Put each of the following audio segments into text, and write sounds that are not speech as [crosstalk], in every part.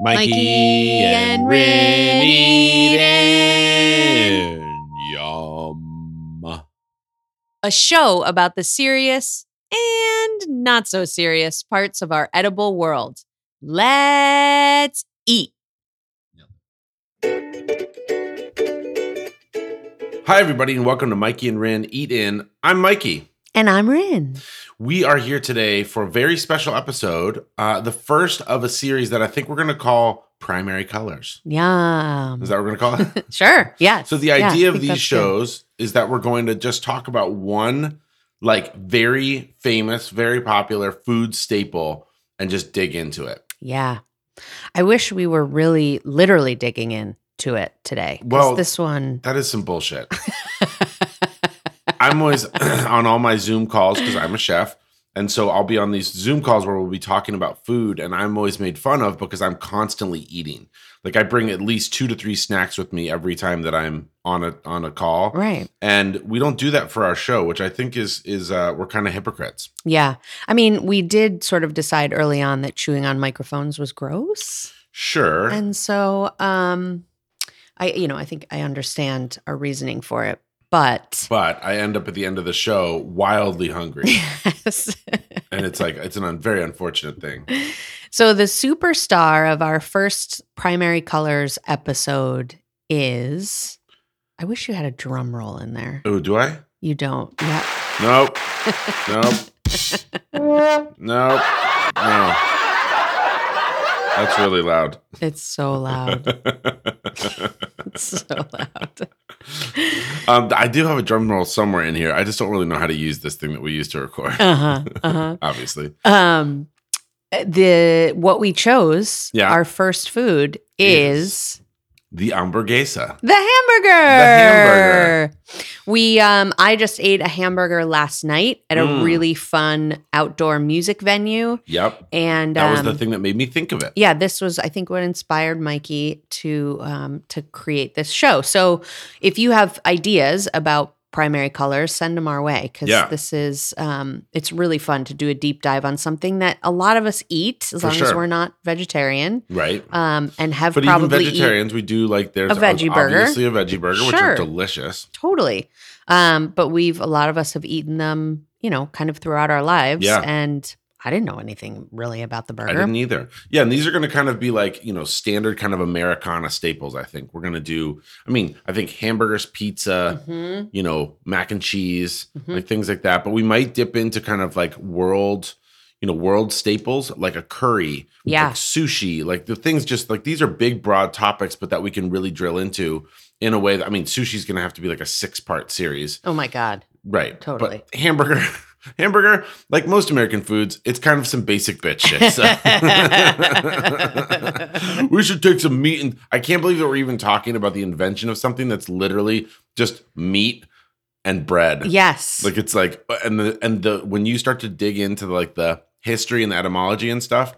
Mikey, Mikey and, and Rin Rin eatin'. Yum. a show about the serious and not so serious parts of our edible world. Let's eat. Hi, everybody, and welcome to Mikey and Rin Eat In. I'm Mikey. And I'm Rin. We are here today for a very special episode, uh, the first of a series that I think we're going to call Primary Colors. Yum. Is that what we're going to [laughs] call it? sure. Yeah. Mm. So the Yeah, I idea of think these that's good. shows is that we're going to just talk about one like very famous, very popular food staple and just dig into it. Yeah. I wish we were really literally digging into it today. 'cause Well- this one. That is some bullshit. I'm [laughs] always [clears throat] on all my Zoom calls because I'm a chef. And so I'll be on these Zoom calls where we'll be talking about food, and I'm always made fun of because I'm constantly eating. Like I bring at least two to three snacks with me every time that I'm on a on a call, right. and we don't do that for our show, which I think is is uh, we're kind of hypocrites. Yeah. I mean, we did sort of decide early on that chewing on microphones was gross. Sure. And so um I you know, I think I understand our reasoning for it, but but I end up at the end of the show wildly [laughs] hungry. yes. and it's like, it's an un- very unfortunate thing. So the superstar of our first primary colors episode is I wish you had a drum roll in there. Oh, do I? You don't. Yeah. Nope. Nope. Nope. No. That's really loud. [laughs] It's so loud. [laughs] It's so loud. um, I do have a drum roll somewhere in here. I just don't really know how to use this thing that we use to record, [laughs] Uh-huh. Uh-huh. obviously. Um the what we chose, Yeah. our first food is The hamburguesa. The hamburger. hamburger. We um I just ate a hamburger last night at a Mm. really fun outdoor music venue Yep. and That was um, the thing that made me think of it. Yeah, this was I think what inspired Mikey to um to create this show. So if you have ideas about primary colors, send them our way cuz Yeah. this is um it's really fun to do a deep dive on something that a lot of us eat as For long as sure. we're not vegetarian Right. um and have But even probably eat- vegetarians, we do like there's A veggie burger. obviously a veggie burger, which are Sure. delicious. totally um but we've a lot of us have eaten them you know kind of throughout our lives Yeah. and i didn't know anything really about the I burger didn't e either. Yeah, and these are going to kind of be like you know standard kind of Americana staples. I think we're going to do. I mean, I think hamburgers, pizza, Mhm, you know, mac and cheese, mhm. like things like that. But we might dip into kind of like world, you know, world staples like a curry, yeah like sushi, like the things. Just like these are big, broad topics, but that we can really drill into in a way that I mean, sushi's going to have to be like a six-part series, oh my god right? Totally. But hamburger. [laughs] Hamburger, like most American foods, it's kind of some basic bitch shit. So. [laughs] we should take some meat and I can't believe that we're even talking about the invention of something that's literally just meat and bread. yes Like it's like uh, and the and the when you start to dig into like the history and the etymology and stuff,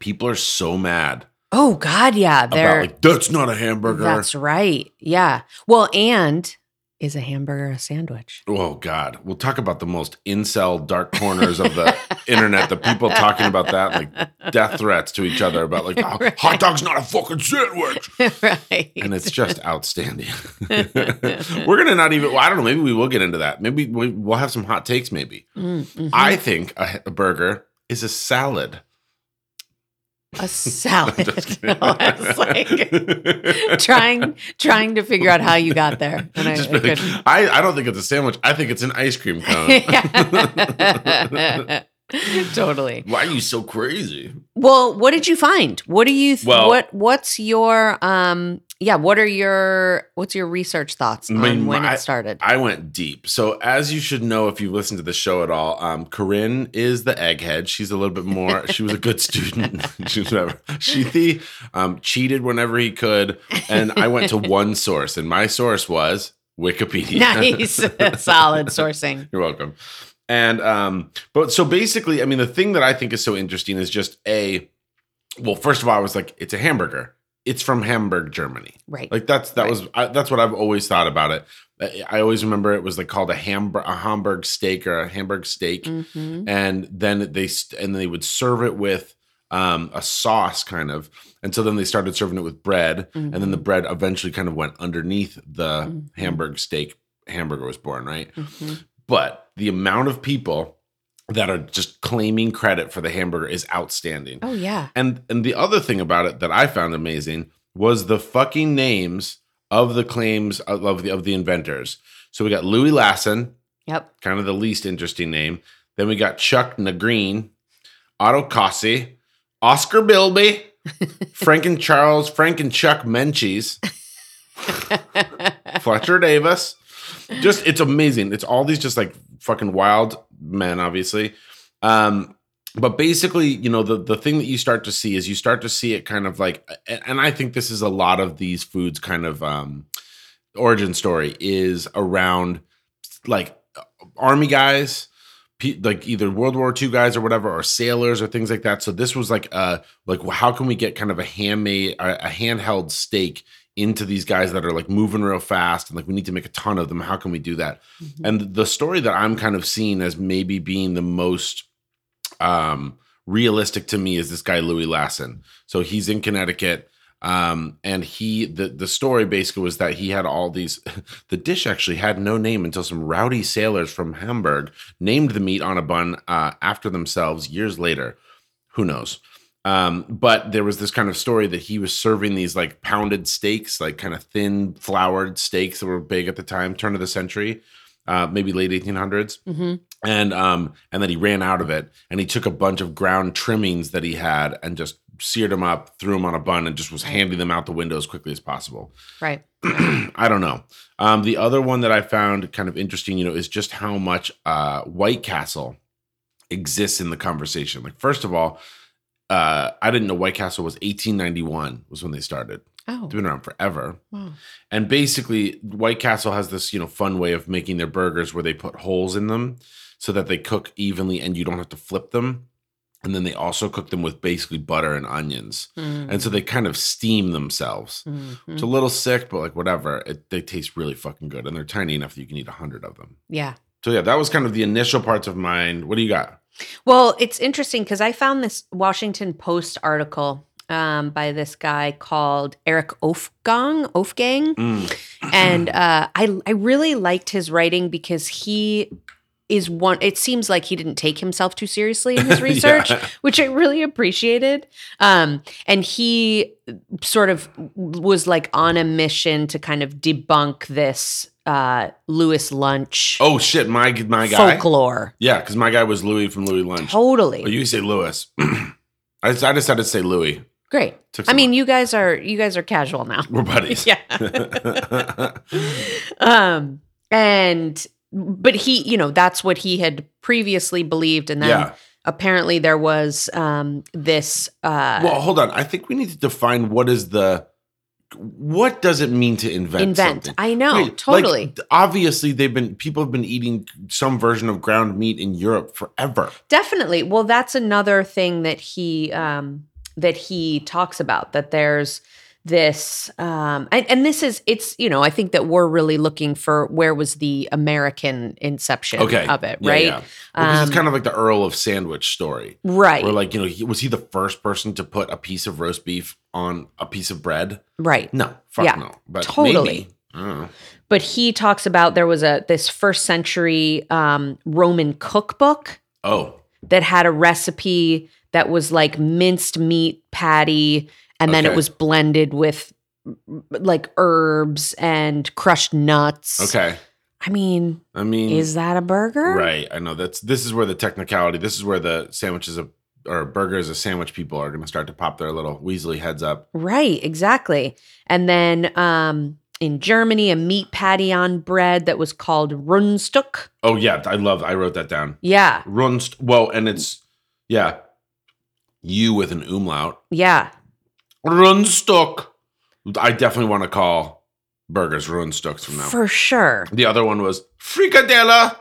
people are so mad oh god yeah about they're like that's not a hamburger. that's right yeah well and is a hamburger a sandwich [laughs] Oh God! We'll talk about the most incel dark corners of [laughs] the internet. The people talking about that, like death threats to each other about [laughs] like "Oh, Right. hot dog's not a fucking sandwich. [laughs] right and [laughs] it's just outstanding. [laughs] We're gonna not even. Well, I don't know. Maybe we will get into that. Maybe we, we'll have some hot takes. Maybe [laughs] Mm, mhm. I think a, a burger is a salad. [laughs] mm-hmm. a salad Just [laughs] No, kidding. I was [laughs] like [laughs] trying trying to figure out how you got there and I, Just I be like, couldn't. I, I don't think it's a sandwich. I think it's an ice cream [laughs] cone. [laughs] totally. Why are you so crazy? Well, what did you find? What do you th- Well- what what's your um yeah, what are your what's your research thoughts I on mean, when my- it started? I went deep. So, as you should know if you listen to the show at all, um, Corinne is the egghead. She's a little bit more. She was a good student. [laughs] she was whatever. She the, um, cheated whenever he could, and I went to one source, and my source was Wikipedia. nice. [laughs] Solid sourcing. [laughs] You're welcome. And um, but so basically, I mean, the thing that I think is so interesting is just a. Well, first of all, I was like, it's a hamburger. It's from Hamburg, Germany. Right. Like that's that Right. was I, that's what I've always thought about it. I I always remember it was like called a hamburg a Hamburg steak or a Hamburg steak, Mhm. and then they st- and they would serve it with um, a sauce kind of. And so then they started serving it with bread, and then the bread eventually kind of went underneath the Mhm. hamburg steak. Hamburger was born, right? Mhm. But the amount of people that are just claiming credit for the hamburger is outstanding. Oh yeah. And and the other thing about it that I found amazing was the fucking names of the claims of of the of the inventors. So we got Louis Lassen, Yep. [laughs] kind of the least interesting name. Then we got Chuck Nagreen, Otto Cossi, Oscar Bilby, Frank and Charles, Frank and Chuck Menchies, Mm-hmm. Fletcher Davis. Just it's amazing. It's all these just like fucking wild men, obviously. Um, but basically, you know, the the thing that you start to see is you start to see it kind of like, a- and I think this is a lot of these foods kind of um, origin story is around like army guys, pe- like either World War II guys or whatever, or sailors or things like that. So this was like, uh, like how can we get kind of a handmade, a, a handheld steak into these guys that are like moving real fast and like we need to make a ton of them. How can we do that? And the story that I'm kind of seeing as maybe being the most um, realistic to me is this guy Louis Lassen. So he's in Connecticut, um, and he the the story basically was that he had all these. [laughs] the dish actually had no name until some rowdy sailors from Hamburg named the meat on a bun uh, after themselves years later. Who knows? Um, but there was this kind of story that he was serving these like pounded steaks, like kind of thin floured steaks that were big at the time, turn of the century, uh, maybe late 1800s hmm and um and then he ran out of it and he took a bunch of ground trimmings that he had and just seared them up threw them on a bun and just was handing them out the window as quickly as possible Right. [clears throat] i don't know um the other one that i found kind of interesting you know is just how much uh white castle exists in the conversation like first of all uh i didn't know white castle was 1891 was when they started Oh. it's been around forever Wow. and basically, White Castle has this, you know, fun way of making their burgers where they put holes in them so that they cook evenly and you don't have to flip them. And then they also cook them with basically butter and onions. And so they kind of steam themselves. Mhm. It's a little sick, but like whatever. It, they taste really fucking good. And they're tiny enough that you can eat a hundred of them. Yeah. So yeah, that was kind of the initial parts of mine. What do you got? Well, it's interesting because I found this Washington Post article um, by this guy called Eric Ofgang. Ofgang. [clears throat] [laughs] Mm. and uh, I I really liked his writing because he is one. It seems like he didn't take himself too seriously in his [laughs] research, Yeah. which I really appreciated. Um, and he sort of was like on a mission to kind of debunk this uh, Lewis Lunch Oh shit, my my guy. folklore. Yeah, because my guy was Louis from Louis Lunch. Totally Oh, you say Louis. [clears throat] I, just- I decided to say Louis. great. Took I some- mean, you guys are you guys are casual now. [laughs] [laughs] We're [laughs] buddies. Yeah. um and but he you know that's what he had previously believed and then yeah. apparently there was um this uh Well, hold on. I think we need to define what is the what does it mean to invent invent something? i know Wait, like, totally obviously, they've been people have been eating some version of ground meat in Europe forever. definitely well that's another thing that he um that he talks about that there's this um and, and this is it's you know i think that we're really looking for where was the american inception Okay. of it Yeah, right yeah. Because Um, it's kind of like the Earl of Sandwich story, right where like you know, he, was he the first person to put a piece of roast beef on a piece of bread? right No, fuck Yeah, no. But totally. maybe. I don't know. but he talks about there was a this first century um, Roman cookbook Oh, that had a recipe that was like minced meat patty, and then Okay. it was blended with like herbs and crushed nuts. okay. I mean, I mean, is that a burger? Right. I know that's this is where the technicality, this is where the sandwiches of, or burgers of sandwich people are going to start to pop their little weaselly heads up. Right, exactly. And then um, in Germany, a meat patty on bread that was called Rundstück. Oh yeah, I love I wrote that down. Yeah, Runst whoa, and it's yeah. You with an umlaut. yeah. Runstuck. I definitely want to call burgers runstucks from now. For [laughs] sure. [laughs] the other one was fricadella.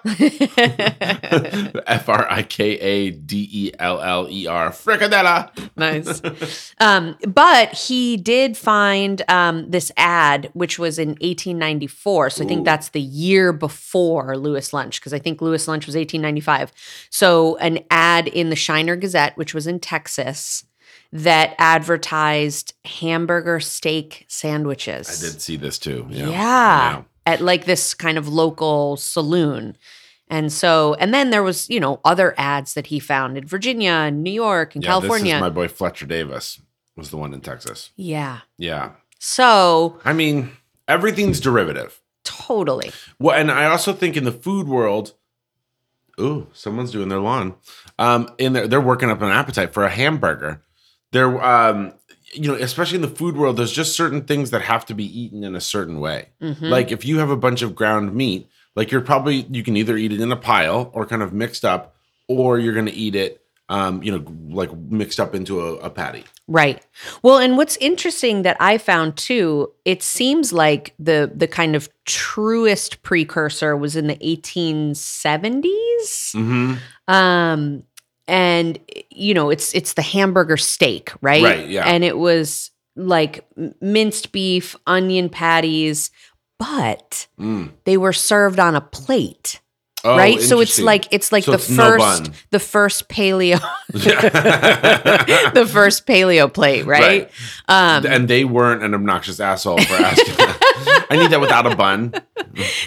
F R I K A D E L L E R. Fricadella. nice. [laughs] Um, but he did find um, this ad, which was in 1894. So I think Ooh. that's the year before Lewis Lunch, because I think Lewis Lunch was 1895. So an ad in the Shiner Gazette, which was in Texas, that advertised hamburger steak sandwiches. I did see this too. Yeah. Yeah. At like this kind of local saloon. And so, and then there was, you know, other ads that he found in Virginia and New York and Yeah, This California. is my boy Fletcher Davis was the one in Texas. yeah. Yeah. So I mean, everything's derivative. totally. Well, and I also think in the food world, ooh, someone's doing their lawn. Um, and they're, they're working up an appetite for a hamburger. They're, um, you know, especially in the food world, there's just certain things that have to be eaten in a certain way. Mhm. Like if you have a bunch of ground meat, like you're probably you can either eat it in a pile or kind of mixed up, or you're gonna eat it, um, you know, like mixed up into a, a patty. Right. Well, and what's interesting that I found too, it seems like the the kind of truest precursor was in the 1870s. Mm-hmm. Um and you know, it's it's the hamburger steak, right? Right, yeah. And it was like m- minced beef, onion patties, but Mm. they were served on a plate, right? So [laughs] it's like [laughs] it's like Oh, So the it's no first bun. the first paleo Yeah. [laughs] the first paleo plate, right? Um and they weren't an obnoxious asshole for asking. I need that without a bun.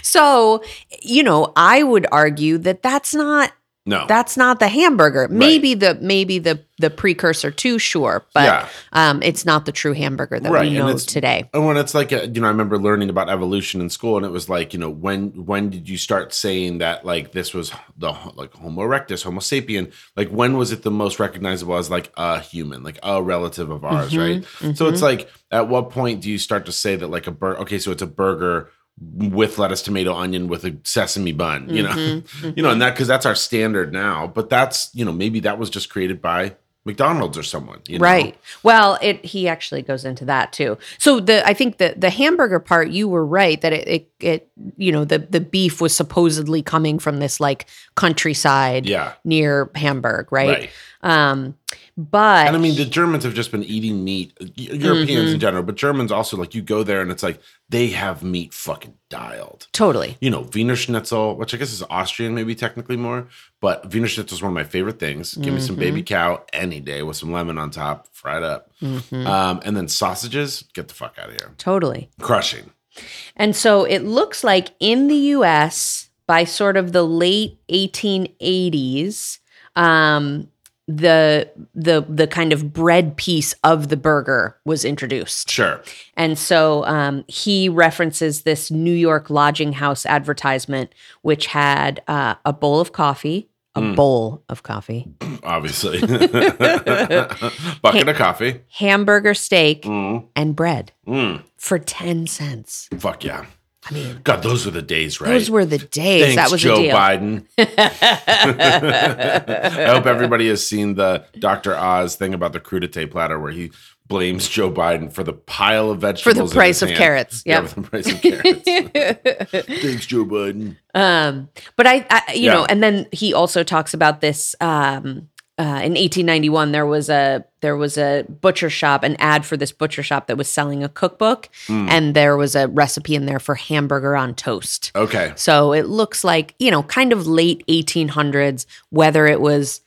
So, you know, I would argue that that's not No. that's not the hamburger. Maybe the maybe the the precursor to sure, but Yeah. um, it's not the true hamburger that Right, we and know it's- today. and when it's like a, you know, I remember learning about evolution in school, and it was like you know when when did you start saying that like this was the like Homo erectus, Homo sapien? Like when was it the most recognizable as like a human, like a relative of ours, right? So it's like at what point do you start to say that like a burger? Okay, so it's a burger with lettuce, tomato, onion, with a sesame bun, you know, [laughs] you know, and that because that's our standard now. But that's you know maybe that was just created by McDonald's or someone, you know? Right. Well, it he actually goes into that too. So the I think the the hamburger part, you were right that it it, it you know the the beef was supposedly coming from this like countryside Yeah. near Hamburg, right? Right. Um, but And I mean, the Germans have just been eating meat, Y- Europeans Mm-hmm. in general, but Germans also, like, you go there and it's like they have meat fucking dialed. totally. You know, Wiener Schnitzel, which I guess is Austrian, maybe technically more, but Wiener Schnitzel is one of my favorite things. Give me some Mm-hmm. baby cow any day with some lemon on top, fried up. Mm-hmm. Um, and then sausages, get the fuck out of here. Totally. Crushing. And so it looks like in the US, by sort of the late 1880s, um, the the the kind of bread piece of the burger was introduced. Sure. And so um, he references this New York lodging house advertisement, which had uh, a bowl of coffee, a Mm. bowl of coffee, [laughs] Obviously. Bucket of coffee. hamburger steak, Mm, and bread mm. for 10 cents. Fuck yeah. I mean, God, those were the days, right? those were the days. Thanks, that was Joe a deal. Biden. [laughs] I hope everybody has seen the Dr. Oz thing about the crudité platter where he blames Joe Biden for the pile of vegetables in his price of hand. carrots. Yeah, Yep. for the price of carrots. [laughs] Thanks, Joe Biden. Um, but I, I you Yeah. know, and then he also talks about this. Um, uh, in 1891, there was a there was a butcher shop, an ad for this butcher shop that was selling a cookbook, Hmm. and there was a recipe in there for hamburger on toast. Okay. So it looks like you know, kind of late 1800s, whether it was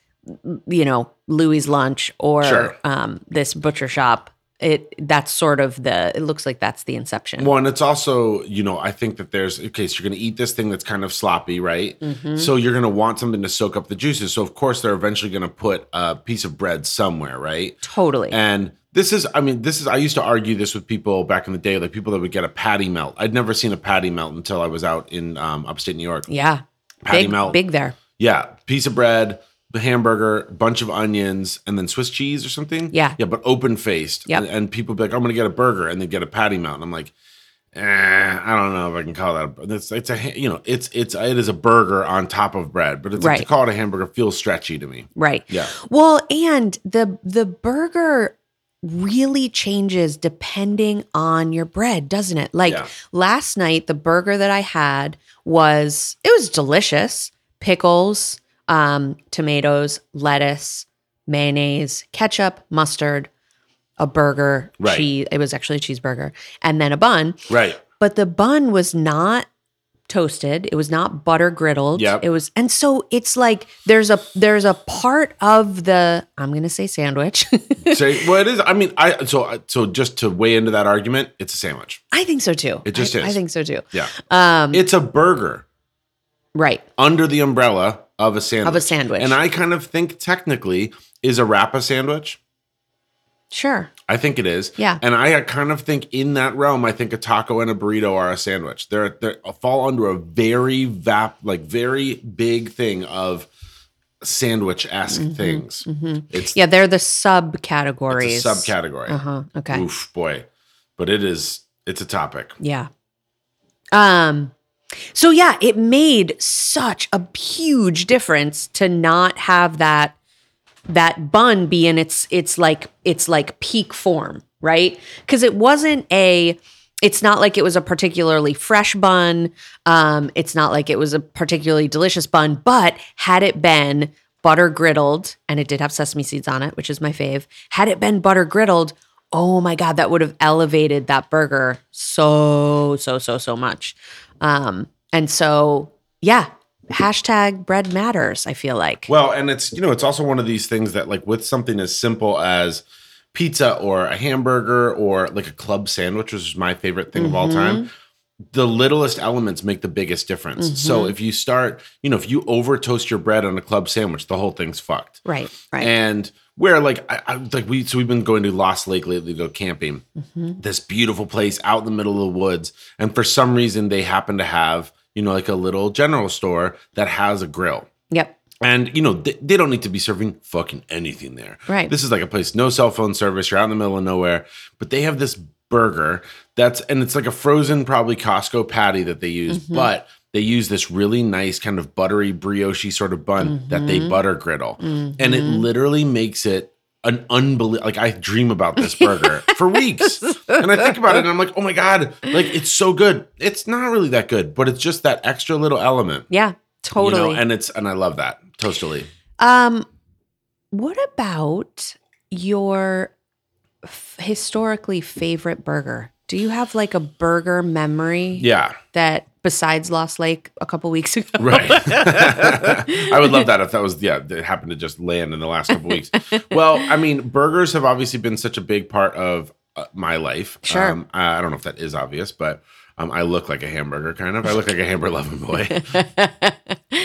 you know Louis Lunch or Sure. um, this butcher shop. It that's sort of the. It looks like that's the inception. Well, and it's also, you know, I think that there's okay, so you're gonna eat this thing that's kind of sloppy, right? Mm-hmm. So you're gonna want something to soak up the juices. So of course they're eventually gonna put a piece of bread somewhere, right? totally. And this is, I mean, this is, I used to argue this with people back in the day, like people that would get a patty melt. I'd never seen a patty melt until I was out in um, upstate New York. yeah. Patty big melt. big there. Yeah. Piece of bread, the hamburger, bunch of onions, and then Swiss cheese or something. Yeah. Yeah, but open faced. Yep. And, and people be like, I'm going to get a burger and they get a patty melt. And I'm like, eh, I don't know if I can call that. A, it's, it's a, ha- you know, it's, it's, it is a burger on top of bread, but it's like, to Right. call it a hamburger feels stretchy to me. Right. Yeah. Well, and the the burger really changes depending on your bread, doesn't it? Like Yeah. last night the burger that I had was it was delicious. Pickles, um, tomatoes, lettuce, mayonnaise, ketchup, mustard, a burger, Right. cheese. It was actually a cheeseburger and then a bun, Right. but the bun was not toasted. It was not butter griddled. Yep. It was and so it's like there's a there's a part of the I'm going to say sandwich. [laughs] So, well, it is. I mean, I so I- so just to weigh into that argument, it's a sandwich. I think so too. It just I, is. I think so too. Yeah, Um it's a burger right. under the umbrella of a sandwich. Of a sandwich. And I kind of think technically is a wrap a sandwich. Sure. I think it is. Yeah. And I kind of think in that realm, I think a taco and a burrito are a sandwich. They're they fall under a very vap like very big thing of sandwich esque Mm-hmm. things. It's, Yeah, they're the it's subcategories. a subcategory. Uh-huh. Okay. Oof, boy. But it is it's a topic. Yeah. Um so yeah, it made such a huge difference to not have that that bun be in its it's like it's like peak form, right? Cuz it wasn't a it's not like it was a particularly fresh bun. Um it's not like it was a particularly delicious bun, but had it been butter griddled and it did have sesame seeds on it, which is my fave. Had it been butter griddled, oh my god that would have elevated that burger so so so so much um and so yeah hashtag bread matters i feel like Well, and it's you know it's also one of these things that like with something as simple as pizza or a hamburger or like a club sandwich, which is my favorite thing of all time. The littlest elements make the biggest difference. So if you start, you know, if you over toast your bread on a club sandwich, the whole thing's fucked. right right And where like I, I like we so we've been going to Lost Lake lately to go camping. This beautiful place out in the middle of the woods, and for some reason they happen to have you know like a little general store that has a grill. yep And you know they, they don't need to be serving fucking anything there. Right. This is like a place no cell phone service. You're out in the middle of nowhere, but they have this burger that's and it's like a frozen probably Costco patty that they use, but they use this really nice kind of buttery brioche sort of bun that they butter griddle, Mm-hmm. and it literally makes it an unbelievable. Like I dream about this burger for weeks, and I think about it, and I'm like, oh my god, like it's so good. It's not really that good, but it's just that extra little element. yeah You know, totally and it's and I love that [laughs] totally. um what about your f- historically favorite burger do you have like a burger memory Yeah, that besides lost lake a couple weeks ago right. [laughs] I would love that if that was yeah, it happened to just land in the last couple [laughs] weeks. Well, I mean, burgers have obviously been such a big part of uh, my life. Sure. Um, I I don't know if that is obvious, but um, I look like a hamburger kind of. I look like a hamburger loving [laughs] boy, [laughs]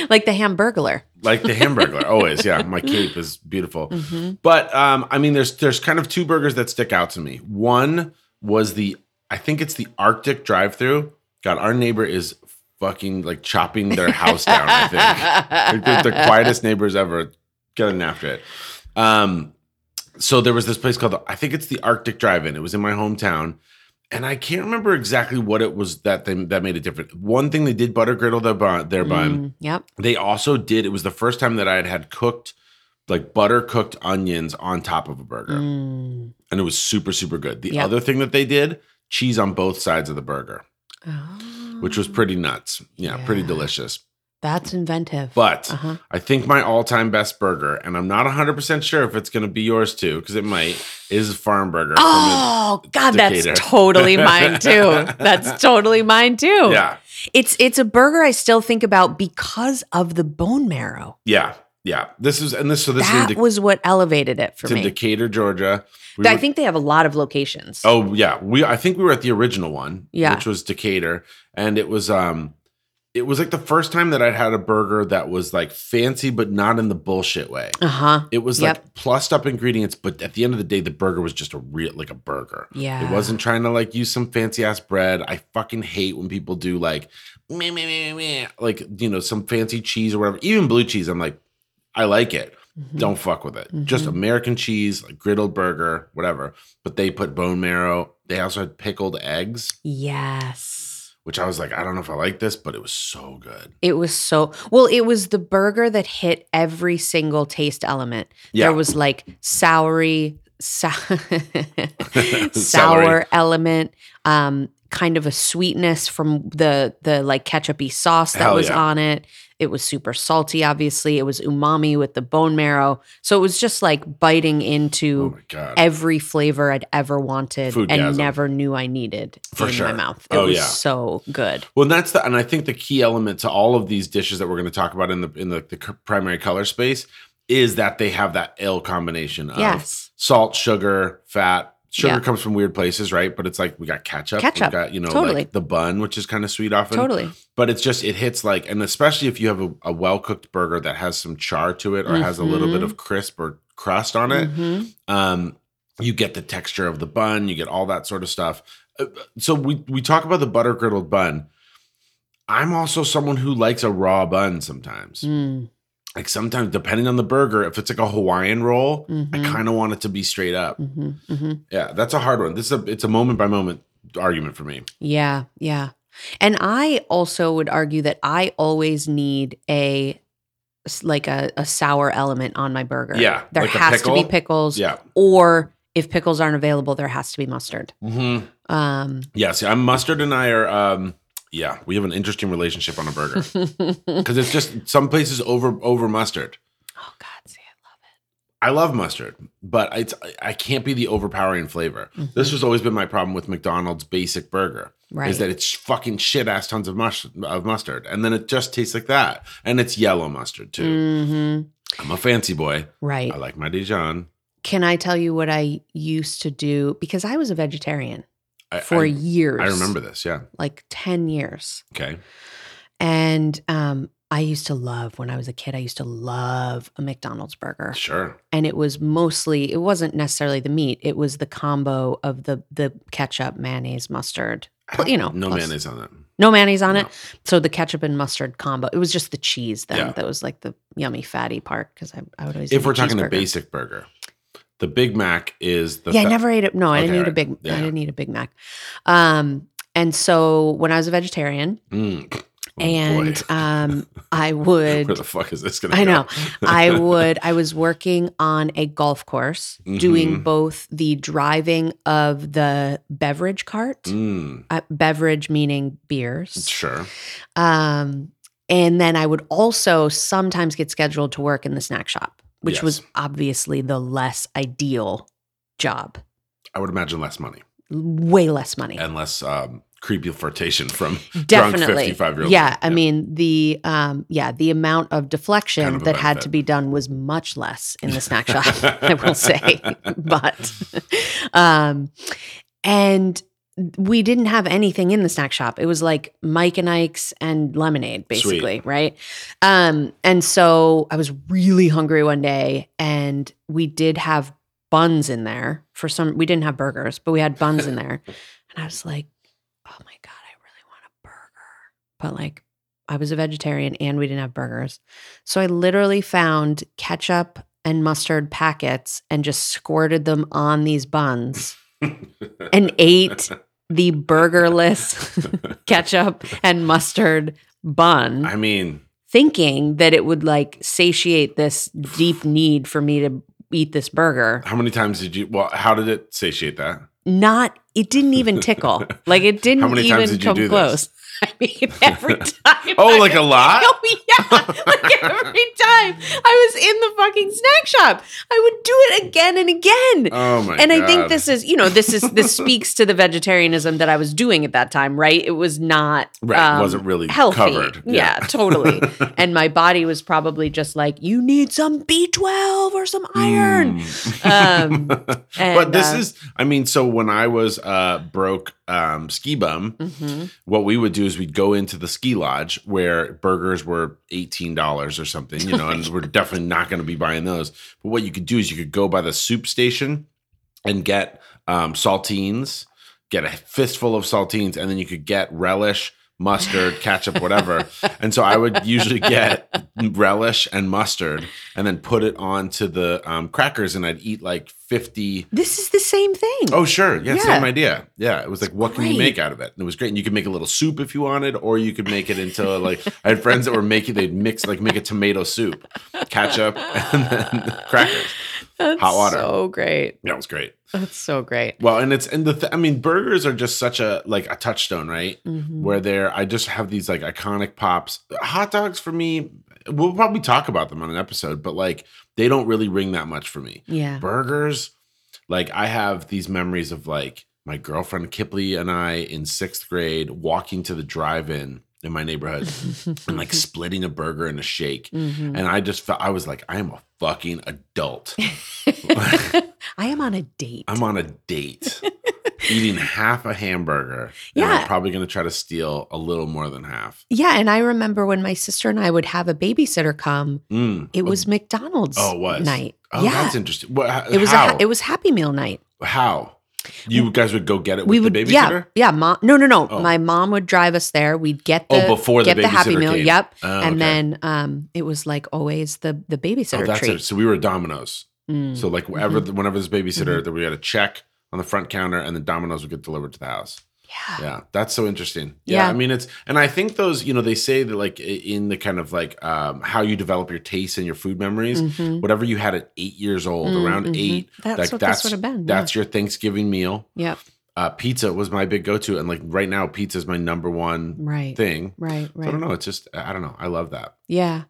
like the hamburglar like the hamburger always. Yeah, my cape is Mm-hmm. beautiful. But um, I mean, there's there's kind of two burgers that stick out to me. One was the I think it's the Arctic drive-through. God, our neighbor is fucking like chopping their house down. I think. Like, they're the quietest neighbors ever getting after it. Um, so there was this place called I think it's the Arctic Drive-In. It was in my hometown, and I can't remember exactly what it was that they, that made it different. One thing they did butter griddle their bun, their bun. Mm, yep They also did. It was the first time that I had had cooked like butter cooked onions on top of a burger, Mm. and it was super super good. The Yeah. other thing that they did cheese on both sides of the burger, which was Oh, pretty nuts. yeah. pretty Yeah. delicious. that's inventive. But uh-huh. I think my all-time best burger, and I'm not 100% sure if it's going to be yours too, because it might, is Farm Burger. from oh God, Decatur. that's [laughs] totally mine too. That's totally mine too. Mid- yeah, it's it's a burger I still think about because of the bone marrow. yeah, yeah. This is and this so this That is in, was what elevated it for De- in me. Decatur, Georgia. We I were- think they have a lot of locations. Oh yeah, we I think we were at the original one, Yeah. which was Decatur, and it was um, it was like the first time that I'd had a burger that was like fancy, but not in the bullshit way. Uh huh. It was Yep. like plussed up ingredients, but at the end of the day, the burger was just a real like a burger. Yeah. It wasn't trying to like use some fancy ass bread. I fucking hate when people do like meh, meh, meh, meh, meh, like you know some fancy cheese or whatever. Even blue cheese, I'm like, I like it. Mm-hmm. Don't fuck with it. Just American cheese, like griddled burger, whatever. But they put bone marrow. They also had pickled eggs, Yes. which I was like, I don't know if I like this, but it was so good. It was so well, it was the burger that hit every single taste element. Yeah. There was like soury, [laughs] sou- Celery. sour element, um, kind of a sweetness from the the like ketchupy sauce that Hell was yeah. on it. It was super salty, obviously. It was umami with the bone marrow. So it was just like biting Oh into my god. every flavor I'd ever wanted Foodgasm. and never knew I needed For in sure. my mouth. It Oh, was yeah. so good. Well, and that's the, and I think the key element to all of these dishes that we're going to talk about in the in the, the c- primary color space is that they have that ill combination of yes. salt, sugar, fat. Sugar Yeah. comes from weird places, right? But it's like we got ketchup, Ketchup. we got you know Totally. like the bun, which is kind of sweet often. Totally. But it's just it hits like, and especially if you have a, a well cooked burger that has some char to it or has a little bit Mhm. of crisp or crust on it, Mhm. um, you get the texture of the bun, you get all that sort of stuff. Uh, So we we talk about the butter griddled bun. I'm also someone who likes a raw bun sometimes. Mm, Like sometimes, depending on the burger, if it's like a Hawaiian roll, I mhm, kind of want it to be straight up. mhm, mhm. Yeah, that's a hard one. This is a it's a moment by moment argument for me. Yeah, yeah. And I also would argue that I always need a s- like a, a sour element on my burger. Yeah, There like a has to be pickle? pickles Yeah. or if pickles aren't available, there has to be mustard. Mm-hmm. Um [laughs] Yeah. See, I'm mustard and I are. Um, yeah, we have an interesting relationship on a [laughs] burger Oh because it's just some places over over mustard. God, see, I I love mustard, but it's I can't be the overpowering flavor. love it. This has always been my problem with McDonald's basic burger right. is that it's fucking shit ass tons of mush of mustard, and then it just tastes like that, and it's yellow mustard too. Mhm, I'm a fancy boy. Right. I like my Dijon. Can I tell you what I used to do? Because I was a vegetarian I, for I, years. I remember this. Yeah. like 10 years. Okay. And um, I used to love when I was a kid. I used to love a McDonald's burger, Sure. and it was mostly it wasn't necessarily the meat. It was the combo of the the ketchup, mayonnaise, mustard. Pl- You know, No plus- mayonnaise on that. no mayonnaise on it. No. So the ketchup and mustard combo. It was just the cheese then Yeah. that was like the yummy fatty part because I, I would always. eat If a we're talking the cheeseburger. basic burger, the Big Mac is the yeah, fa- I never ate it. No, I Okay, didn't eat a right. big. Yeah, I yeah. didn't eat a Big Mac. Um, and so when I was a vegetarian, Mm. Oh, boy. [laughs] and um, I would where the fuck is this gonna? I go? know. I [laughs] would I was working on a golf course doing Mhm. both the driving of the beverage cart. Mm, uh, beverage meaning beers. Sure. Um and then I would also sometimes get scheduled to work in the snack shop, which was Yes. obviously the less ideal job. I would imagine less money. Way less money. and less um, creepy flirtation from Definitely. 55-year-olds. yeah, I Yeah. mean the um yeah, the amount of deflection Kind of a that had benefit. to be done was much less in [laughs] the snack shop. I will say, but um, and we didn't have anything in the snack shop. It was like Mike and Ike's and lemonade, basically, right? Um, and so I was really hungry one day, and we did have buns in there for some. We didn't have burgers, but we had buns in there, and I was like, oh my god, I really want a burger, but like. I was a vegetarian and we didn't have burgers. So I literally found ketchup and mustard packets and just squirted them on these buns [laughs] and ate the burgerless [laughs] ketchup and mustard bun, I mean, thinking that it would like satiate this deep need for me to eat this burger. how many times did you? Well, how did it satiate that? Not, it didn't even tickle. [laughs] Like it didn't many even times did you come do close. [laughs] this? I mean, every time. [laughs] Oh, I like a lot. [laughs] Oh yeah, like every time I was in the fucking snack shop, I would do it again and again. Oh my! and I think God. this is, you know, this is this speaks to the vegetarianism that I was doing at that time, right? It was not right um, wasn't really healthy. covered. Yeah, [laughs] totally. and my body was probably just like, you need some B twelve or some iron. Mm. Um, [laughs] and, but this uh, is, I mean, so when I was uh, broke um, ski bum, mhm. what we would do is we'd go into the ski lodge where burgers were eighteen dollars or something, you know, and we're definitely not going to be buying those. But what you could do is you could go by the soup station and get um, saltines, get a fistful of saltines, and then you could get relish, mustard, ketchup, whatever. and so I would usually get relish and mustard, and then put it onto the um, crackers, and I'd eat like fifty. this is the same thing. Oh, sure. Yeah, Yeah. same idea. Yeah. It was like, what can you great. make out of it? And it was great. And you could make a little soup if you wanted, or you could make it into like, I had [laughs] friends that were making, they'd mix, like, make a tomato soup, ketchup, and then crackers. That's Hot water. So great. That was great. That's so great. Well, and it's and the th- I mean, burgers are just such a like a touchstone, right? Mhm. Where they're I just have these like iconic pops. Hot dogs for me, we'll probably talk about them on an episode, but like they don't really ring that much for me. [laughs] Yeah. Burgers, like I have these memories of like my girlfriend Kipley and I in sixth grade walking to the drive-in in my [laughs] neighborhood and like splitting a burger and a shake. Mhm. And I just felt I was like, I am a fucking adult. [laughs] I am on a date. I'm on a date eating half a hamburger. And Yeah. I'm probably going to try to steal a little more than half. yeah, and I remember when my sister and I would have a babysitter come. Mm. It was McDonald's Oh, it was. night. Oh, yeah, that's interesting. What, how, it was how? a, it was Happy Meal night. how? You guys would go get it with we would the babysitter? yeah yeah mom no no no Oh. my mom would drive us there. We'd get the oh, before the get babysitter the Happy Meal. came. Yep, Oh, and okay. then um it was like always the the Oh, babysitter that's it. treat. So we were Domino's. Mm. Mm-hmm. So like wherever, whenever this babysitter, that we had a check on the front counter, and the Domino's would get delivered to the house. yeah. yeah that's so interesting yeah, Ah. Yeah. i mean it's and i think those you know they say that like i- in the kind of like um how you develop your tastes and your food memories Mhm. whatever you had at eight years old Mm, around mhm. eight That's like, what that's- this would have been. that's your thanksgiving meal yeah. yep. uh pizza was my big go-to and like right now pizza is my number one Right. thing Right. Right. so i don't know it's just i I don't know i love that Yeah.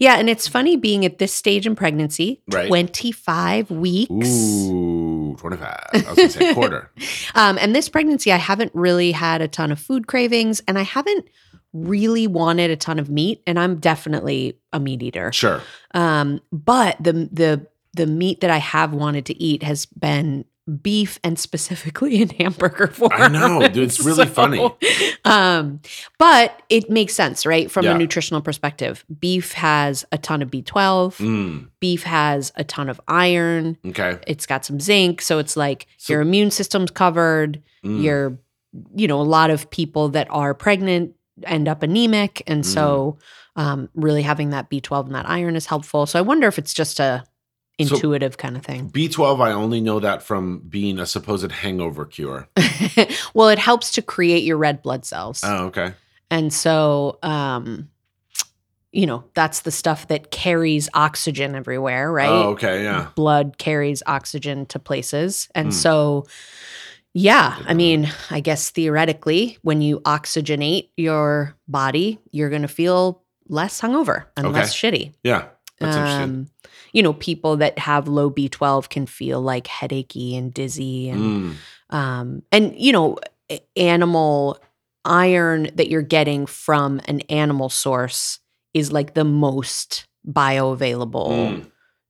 Yeah. And it's funny being at this stage in pregnancy, Right. 25 weeks. ooh 25 i was gonna say [laughs] quarter Um, and this pregnancy, I haven't really had a ton of food cravings and I haven't really wanted a ton of meat. And I'm definitely a meat eater. sure Um, but the, the, the meat that I have wanted to eat has been beef and specifically in hamburger form. I know, dude, it's [laughs] really funny. Um, but it makes sense, right? From Yeah. a nutritional perspective, beef has a ton of B12. Mm, beef has a ton of iron. okay It's got some zinc, so it's like So- your immune system's covered. Mm. Your, you know, a lot of people that are pregnant end up anemic, and so Mm. um, really having that B twelve and that iron is helpful. So I wonder if it's just a So- intuitive kind of thing. [laughs] b12 i only know that from being a supposed hangover [laughs] cure well, it helps to create your red blood cells, oh okay and so. Um, you know, that's the stuff that carries oxygen everywhere, right? oh okay yeah blood carries oxygen to places. And Hmm. so, yeah, Didn't know I that. mean, I guess theoretically, when you oxygenate your body, you're going to feel less hungover and Okay. less shitty. Yeah, that's Um, interesting. you know, people that have low B12 can feel like headachy and dizzy and Mm, um, and you know a- animal iron that you're getting from an animal source is like the most bioavailable mm.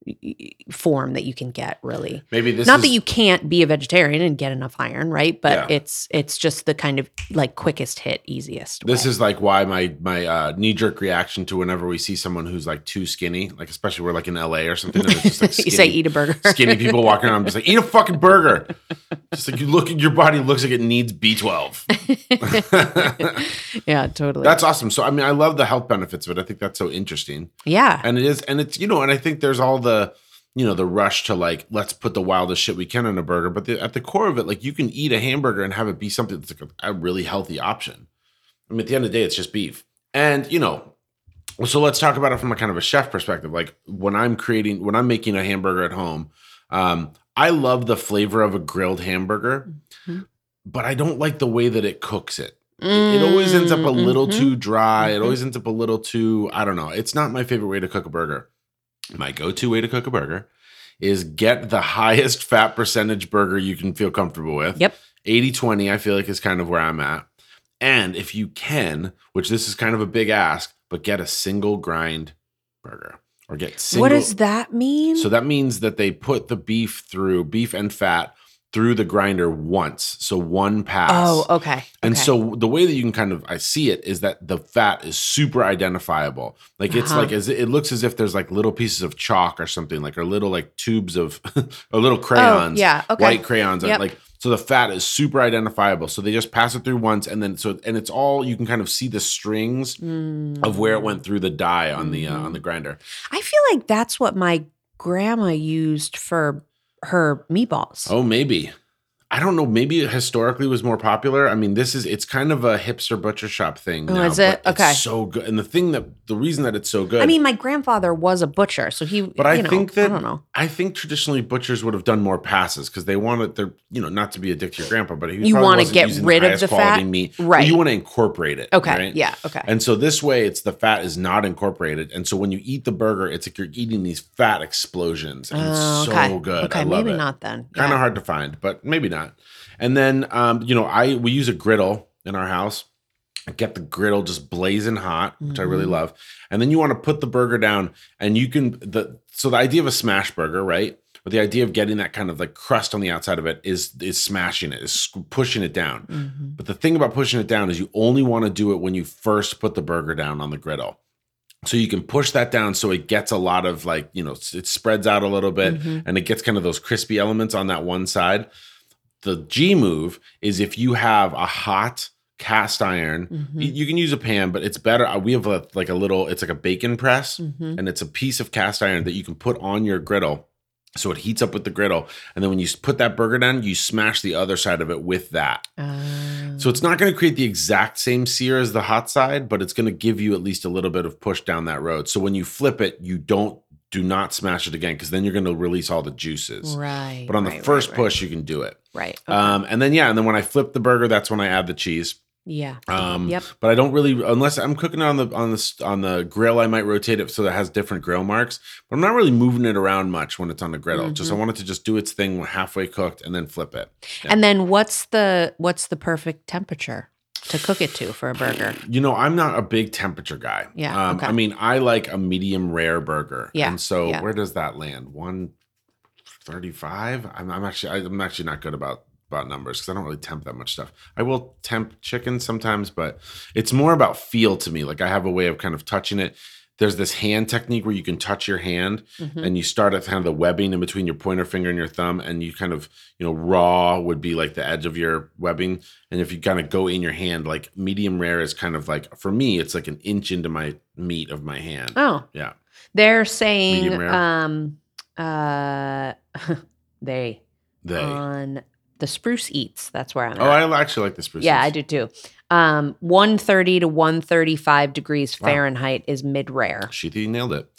y- y- form that you can get really Maybe this not is, that you can't be a vegetarian and get enough iron right but Yeah. it's it's just the kind of like quickest hit easiest This way. is like why my my uh, knee jerk reaction to whenever we see someone who's like too skinny, like especially we're like in LA or something, and it's just like [laughs] [laughs] you say skinny, eat [laughs] a burger skinny people walking around, I'm just like eat a fucking burger. Just like you look, your body looks like it needs B [laughs] twelve. [laughs] yeah totally that's awesome. So I mean, I love the health benefits of it. I think that's so interesting, yeah and it is, and it's you know, and I think there's all the you know the rush to like let's put the wildest shit we can on a burger, but the, at the core of it, like you can eat a hamburger and have it be something that's like a, a really healthy option. I mean, at the end of the day, it's just beef. And, you know, so let's talk about it from a kind of a chef perspective. Like when I'm creating, when I'm making a hamburger at home, um, I love the flavor of a grilled hamburger, Mhm. but I don't like the way that it cooks it. It always ends up a little Mhm. too dry. It Mhm. always ends up a little too, I don't know. It's not my favorite way to cook a burger. My go to way to cook a burger is get the [laughs] highest fat percentage burger you can feel comfortable with. Yep. 80 20, I feel like is kind of where I'm at. And if you can, which this is kind of a big ask, but get a single grind burger or get single. what does that mean So that means that they put the beef through, beef and fat through the grinder once. So one pass. oh okay And okay. so the way that you can kind of I see it is that the fat is super identifiable. Like it's Uh-huh. like as it looks as if there's like little pieces of chalk or something, like or little like tubes of [laughs] or little crayons, oh, yeah okay white crayons, and Yep. like so the fat is super identifiable. So they just pass it through once, and then so and it's all you can kind of see the strings Mm. of where it went through the dye on the uh, Mhm. on the grinder. I feel like that's what my grandma used for her meatballs. Oh, maybe. I don't know. Maybe it historically was more popular. I mean, this is it's kind of a hipster butcher shop thing. Oh, now, is it? but it's Okay. so good, and the thing that the reason that it's so good. I mean, my grandfather was a butcher, so he. But I you know, think that- I don't know. I think traditionally butchers would have done more passes because they wanted their, you know, not to be a dick to your grandpa, but he You probably wanna wasn't get using rid of highest the quality fat? meat, but Right. You want to incorporate it, Okay. right? Yeah. Okay. And so this way, it's the fat is not incorporated, and so when you eat the burger, it's like you're eating these fat explosions, and Oh, it's so okay. good. Okay. I love maybe it. not then. Kind of Yeah. hard to find, but maybe not. And then, um, you know, I we use a griddle in our house. I get the griddle just blazing hot, which I really Mhm. love. And then you want to put the burger down, and you can the so the idea of a smash burger, right? But the idea of getting that kind of like crust on the outside of it is is smashing it, is squ- pushing it down. Mhm. But the thing about pushing it down is you only want to do it when you first put the burger down on the griddle. So you can push that down so it gets a lot of like, you know, s- it spreads out a little bit Mhm. and it gets kind of those crispy elements on that one side. The G move is if you have a hot cast iron, Mhm. y- you can use a pan, but it's better. uh, We have a, like a little, it's like a bacon press Mhm. and it's a piece of cast iron that you can put on your griddle. So it heats up with the griddle. And then when you s- put that burger down, you smash the other side of it with that. Uh, So it's not going to create the exact same sear as the hot side, but it's going to give you at least a little bit of push down that road. So when you flip it, you don't do not smash it again because then you're going to release all the juices. right. But on the right, right, first right. push, you can do it. Right. okay. Um, and then yeah, and then when I flip the burger, that's when I add the cheese. yeah. Um, Yep. But I don't really, unless I'm cooking it on the on the s- on the grill, I might rotate it so that it has different grill marks. But I'm not really moving it around much when it's on the griddle. Just I Mm-hmm. want it to just do its thing halfway cooked and then flip it. And then what's the what's the perfect temperature to cook it to for a burger? You know, I'm not a big temperature guy. Yeah, Um, okay. I mean, I like a medium rare burger. Yeah, And so yeah. where does that land? 135? I'm, I'm actually I- I'm actually not good about about numbers because I don't really temp that much stuff. I will temp chicken sometimes, but it's more about feel to me. Like I have a way of kind of touching it. There's this hand technique where you can touch your hand Mhm. and you start at kind of the webbing in between your pointer finger and your thumb, and you kind of, you know, raw would be like the edge of your webbing. And if you kind of go in your hand, like medium rare is kind of like, for me, it's like an inch into my meat of my hand. Oh, Yeah. they're saying Medium rare. um uh [laughs] they They. on the Spruce Eats. That's where I'm oh, at. I actually like the spruce. yeah, I eats. do too. Um, 130 to 135 degrees Wow. Fahrenheit is mid rare. Sheethy nailed it.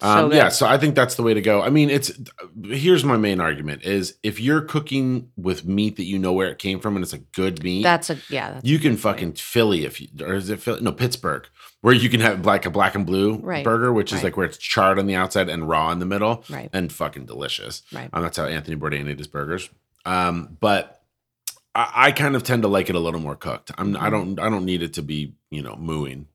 So Um, good. yeah, so I think that's the way to go. I mean, it's uh, here's my main argument is if you're cooking with meat that you know where it came from and it's a good meat, That's a yeah. That's you can fucking Philly if you or is it Philly? No, Pittsburgh, where you can have like a black and blue Right, burger, which is right. like where it's charred on the outside and raw in the middle, Right. and fucking delicious. Right. Um, that's how Anthony Bourdain ate his burgers. Um, but I, I kind of tend to like it a little more cooked. I'm Mm-hmm. I don't I don't need it to be you know mooing.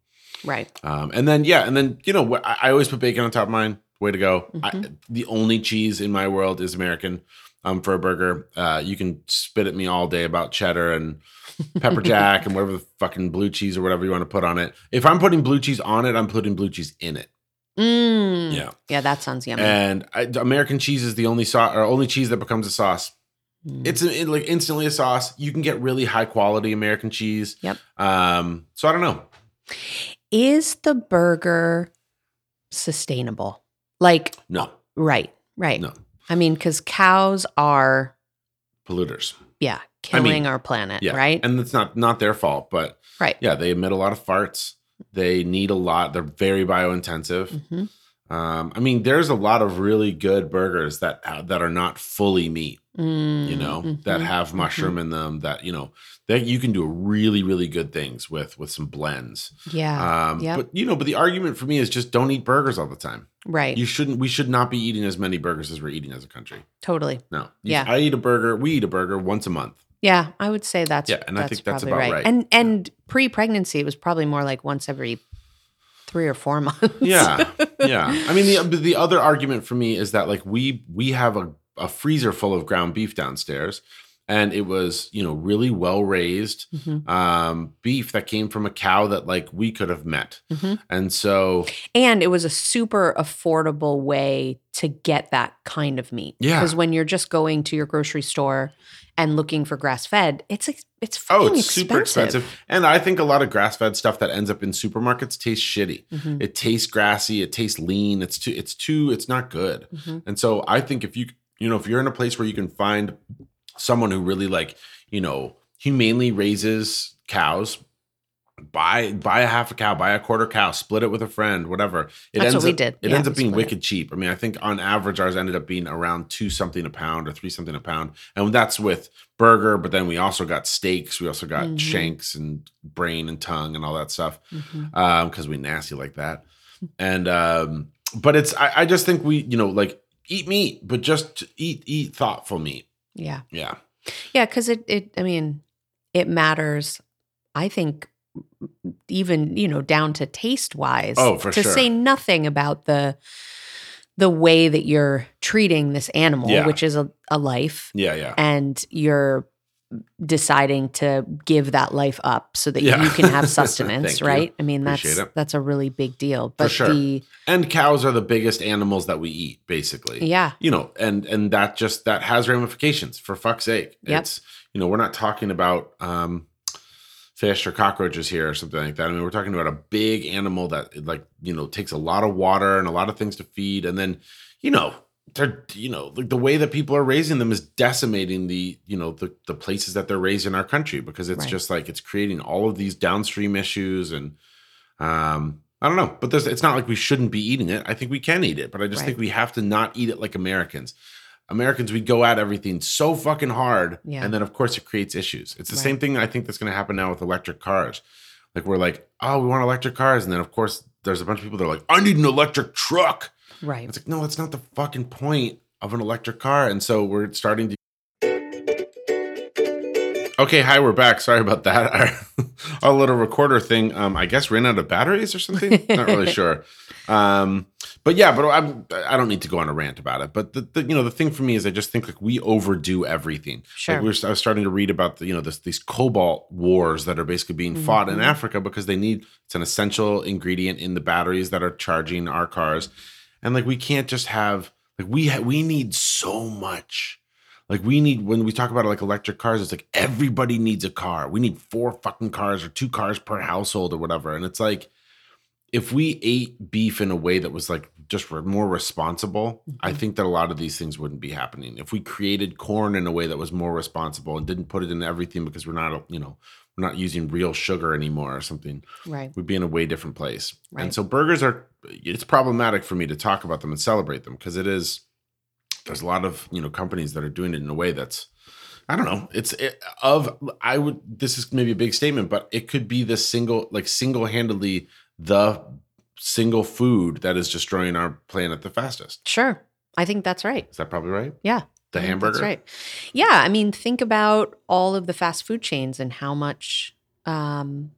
right. Um, and then yeah, and then you know what I, I always put bacon on top of mine. Way to go! Mm-hmm. I, the only cheese in my world is American. Um, for a burger, uh, you can spit at me all day about cheddar and [laughs] pepper jack and whatever the fucking blue cheese or whatever you want to put on it. If I'm putting blue cheese on it, I'm putting blue cheese in it. Mm. Yeah, Yeah, that sounds yummy. and I, American cheese is the only sauce or only cheese that becomes a sauce. Mm. It's an, it, like instantly a sauce. You can get really high quality American cheese. Yep. Um, so I don't know. is the burger sustainable? Like No, right, right. no I mean, because cows are polluters. yeah I mean, killing our planet, Yeah. right? And it's not not their fault, but Right. Yeah, they emit a lot of farts. They need a lot. They're very biointensive. hmm Um, I mean, there's a lot of really good burgers that uh, that are not fully meat. Mm-hmm. You Mm, know, that have mushroom in them. That you know that you can do really really good things with with some blends. yeah, Um, Yep. But you know, but the argument for me is just don't eat burgers all the time. right, You shouldn't. We should not be eating as many burgers as we're eating as a country. totally. No. Yeah. I eat a burger. We eat a burger once a month. Yeah, I would say that's Yeah, and I think that's probably about right. And and pre-pregnancy, it was probably more like once every three or four [laughs] months. yeah yeah i mean the um, the other argument for me is that like we we have a, a freezer full of ground beef downstairs and it was you know really well raised Mhm. um beef that came from a cow that like we could have met Mhm. and so And it was a super affordable way to get that kind of meat. Yeah. Because when you're just going to your grocery store and looking for grass fed, it's ex- it's oh fucking it's expensive. super expensive and i think a lot of grass-fed stuff that ends up in supermarkets tastes shitty Mhm. it tastes grassy it tastes lean it's too it's too it's not good Mhm. and so i think if you you know if you're in a place where you can find someone who really like you know humanely raises cows buy buy a half a cow buy a quarter cow split it with a friend whatever it That's ends what we up, did. it Yeah, ends we up being split it. wicked cheap i mean i think on average ours ended up being around two something a pound or three something a pound and that's with burger but then we also got steaks we also got Mhm. shanks and brain and tongue and all that stuff Mhm. um because we nasty like that and um but it's I, I just think we you know like eat meat but just eat eat thoughtful meat Yeah. yeah Yeah, because it, it, I mean, it matters, I think, even, you know, down to taste wise. Oh, for to sure. say nothing about the, the way that you're treating this animal, Yeah. which is a, a life, yeah yeah and you're deciding to give that life up so that Yeah. you [laughs] can have Thank sustenance, you. right? I mean, that's Appreciate it. that's a really big deal. But sure. the and cows are the biggest animals that we eat basically yeah, you know and and that just that has ramifications for fuck's sake Yep. it's you know we're not talking about um fish or cockroaches here or something like that i mean we're talking about a big animal that like you know takes a lot of water and a lot of things to feed and then you know they're you know like the way that people are raising them is decimating the you know the, the places that they're raised in our country because it's Right. just like it's creating all of these downstream issues and um, I don't know, but there's, it's not like we shouldn't be eating it. I think we can eat it, but I just Right. think we have to not eat it like Americans. Americans, we go at everything so fucking hard, Yeah. and then of course it creates issues. It's the Right. same thing I think that's going to happen now with electric cars. Like we're like, oh, we want electric cars, and then of course there's a bunch of people that are like, I need an electric truck. right. It's like, no, that's not the fucking point of an electric car. And so we're starting to. Okay, hi, we're back. Sorry about that. [laughs] Our, our little recorder thing, um, I guess, ran out of batteries or something. Not really sure. Um, but yeah, but I'm, I don't need to go on a rant about it. But the, the you know the thing for me is I just think like we overdo everything. Sure. Like we were, I was starting to read about the, you know this, these cobalt wars that are basically being fought in Mhm. Africa because they need it's an essential ingredient in the batteries that are charging our cars, and like we can't just have like we ha- we need so much. Like we need when we talk about like electric cars, it's like everybody needs a car. We need four fucking cars or two cars per household or whatever. And it's like if we ate beef in a way that was like just re- more responsible, I Mhm. think that a lot of these things wouldn't be happening. If we created corn in a way that was more responsible and didn't put it in everything because we're not, you know, we're not using real sugar anymore or something, right. we'd be in a way different place. And Right. so burgers are it's problematic for me to talk about them and celebrate them because it is there's a lot of, you know, companies that are doing it in a way that's I don't know. It's it, of I would this is maybe a big statement, but it could be the single like single-handedly the single food that is destroying our planet the fastest. Sure. I think that's right. Is that probably right? Yeah. The I think hamburger. That's right. Yeah. I mean, think about all of the fast food chains and how much, um,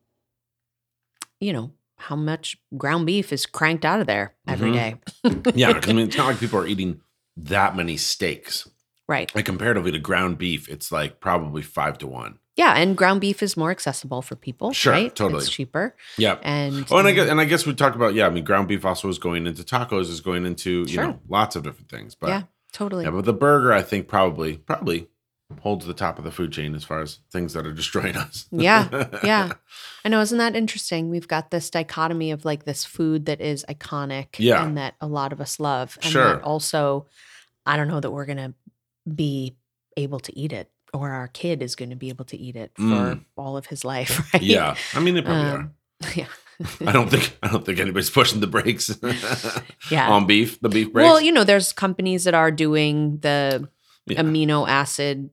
you know, how much ground beef is cranked out of there every Mhm. day. yeah, 'cause I [laughs] mean it's not like people are eating that many steaks. Right. Like comparatively to ground beef, it's like probably 5 to 1. Yeah. And ground beef is more accessible for people. Sure, Right? totally. It's cheaper. Yeah. And, Oh, and I guess and I guess we talked about yeah. I mean, ground beef also is going into tacos, is going into you Sure. know lots of different things. But yeah, yeah. totally. but the burger I think probably probably holds the top of the food chain as far as things that are destroying us. [laughs] Yeah, yeah. I know, isn't that interesting? We've got this dichotomy of like this food that is iconic Yeah. and that a lot of us love. And Sure. that also, I don't know that we're going to be able to eat it or our kid is going to be able to eat it for Mm. all of his [laughs] [laughs] life. Right? yeah. I mean, they probably Um, yeah. are. I don't think I don't think anybody's pushing the brakes [laughs] Yeah. on beef. The beef brakes. well, you know, there's companies that are doing the Yeah. amino acid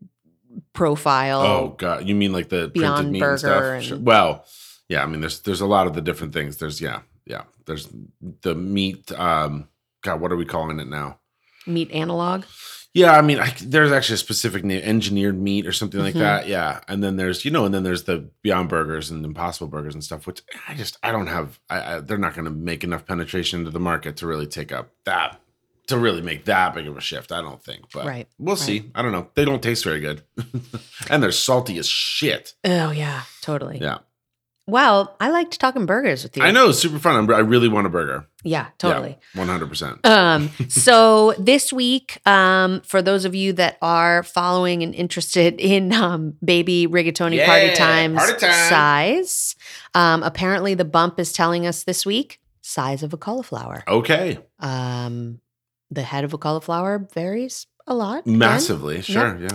profile. oh god, you mean like the Beyond printed meat Burger and stuff? Sure. and- Well, yeah. I mean, there's there's a lot of the different things. There's yeah yeah. There's the meat. Um, God, what are we calling it now? Meat analog. Yeah, I mean, I, there's actually a specific name, engineered meat or something like Mhm. that. Yeah, and then there's you know, and then there's the Beyond Burgers and Impossible Burgers and stuff, which I just I don't have. I, I they're not going to make enough penetration into the market to really take up that to really make that big of a shift. I don't think, but Right, we'll right. see. I don't know. They don't taste very good, [laughs] and they're salty as shit. Oh, yeah. Totally. Yeah, Well, I liked talking burgers with you. I know. it's Super fun. I'm, I really want a burger. Yeah, totally. one hundred percent. Um, so this week, um, for those of you that are following and interested in um, baby rigatoni Yeah, party times party time. size, um, apparently the bump is telling us this week size of a cauliflower. Okay. Um, the head of a cauliflower varies a lot. Ken. Massively, sure, yeah.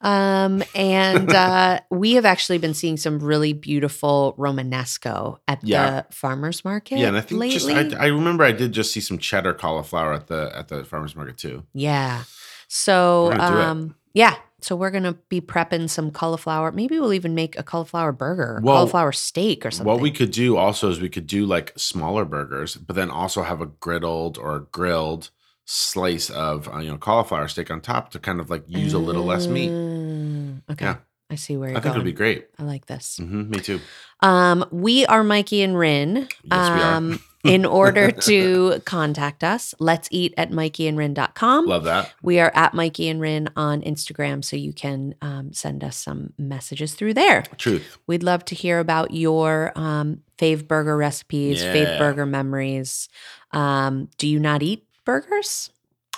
Um, [laughs] and uh, we have actually been seeing some really beautiful Romanesco at Yeah. the farmers market. Yeah, and I think lately. just I, I remember I did just see some cheddar cauliflower at the at the farmers market too. yeah. So We're gonna do it. um, yeah. So we're gonna be prepping some cauliflower. Maybe we'll even make a cauliflower burger, or Well, cauliflower steak, or something. What we could do also is we could do like smaller burgers, but then also have a griddled or grilled slice of uh, you know cauliflower steak on top to kind of like use a little less meat. Mm, Okay. Yeah. I see where I you're think it'll going. be great. I like this. hmm me too. Um, we are Mikey and Rin. um, Yes, we are. in [laughs] order to contact us, let's eat at mikeyandrin.com. Love that. We are at Mikey and Rin on Instagram, so you can um, send us some messages through there. Truth. We'd love to hear about your um, fave burger recipes, fave Yeah. burger memories. Um, do you not eat burgers?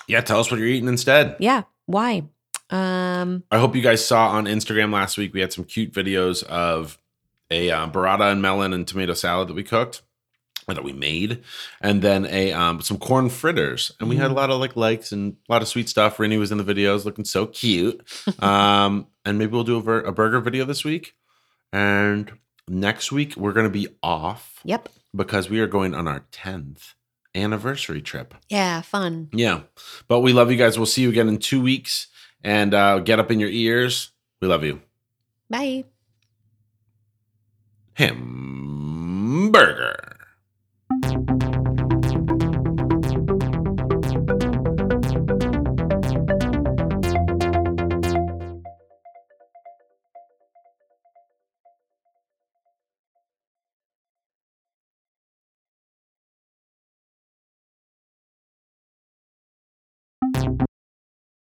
Yeah, tell us what you're eating instead. Yeah. Why? Um, I hope you guys saw on Instagram last week we had some cute videos of a uh, burrata and melon and tomato salad that we cooked or that we made, and then a um, some corn fritters. And we had a lot of like likes and a lot of sweet stuff. Rennie was in the videos looking so cute. um, and maybe we'll do a, ver- a burger video this week. And next week we're going to be off yep. because we are going on our 10th anniversary trip. Yeah, fun. Yeah. But we love you guys. We'll see you again in two weeks. And uh, get up in your ears. We love you. Bye. Hamburger.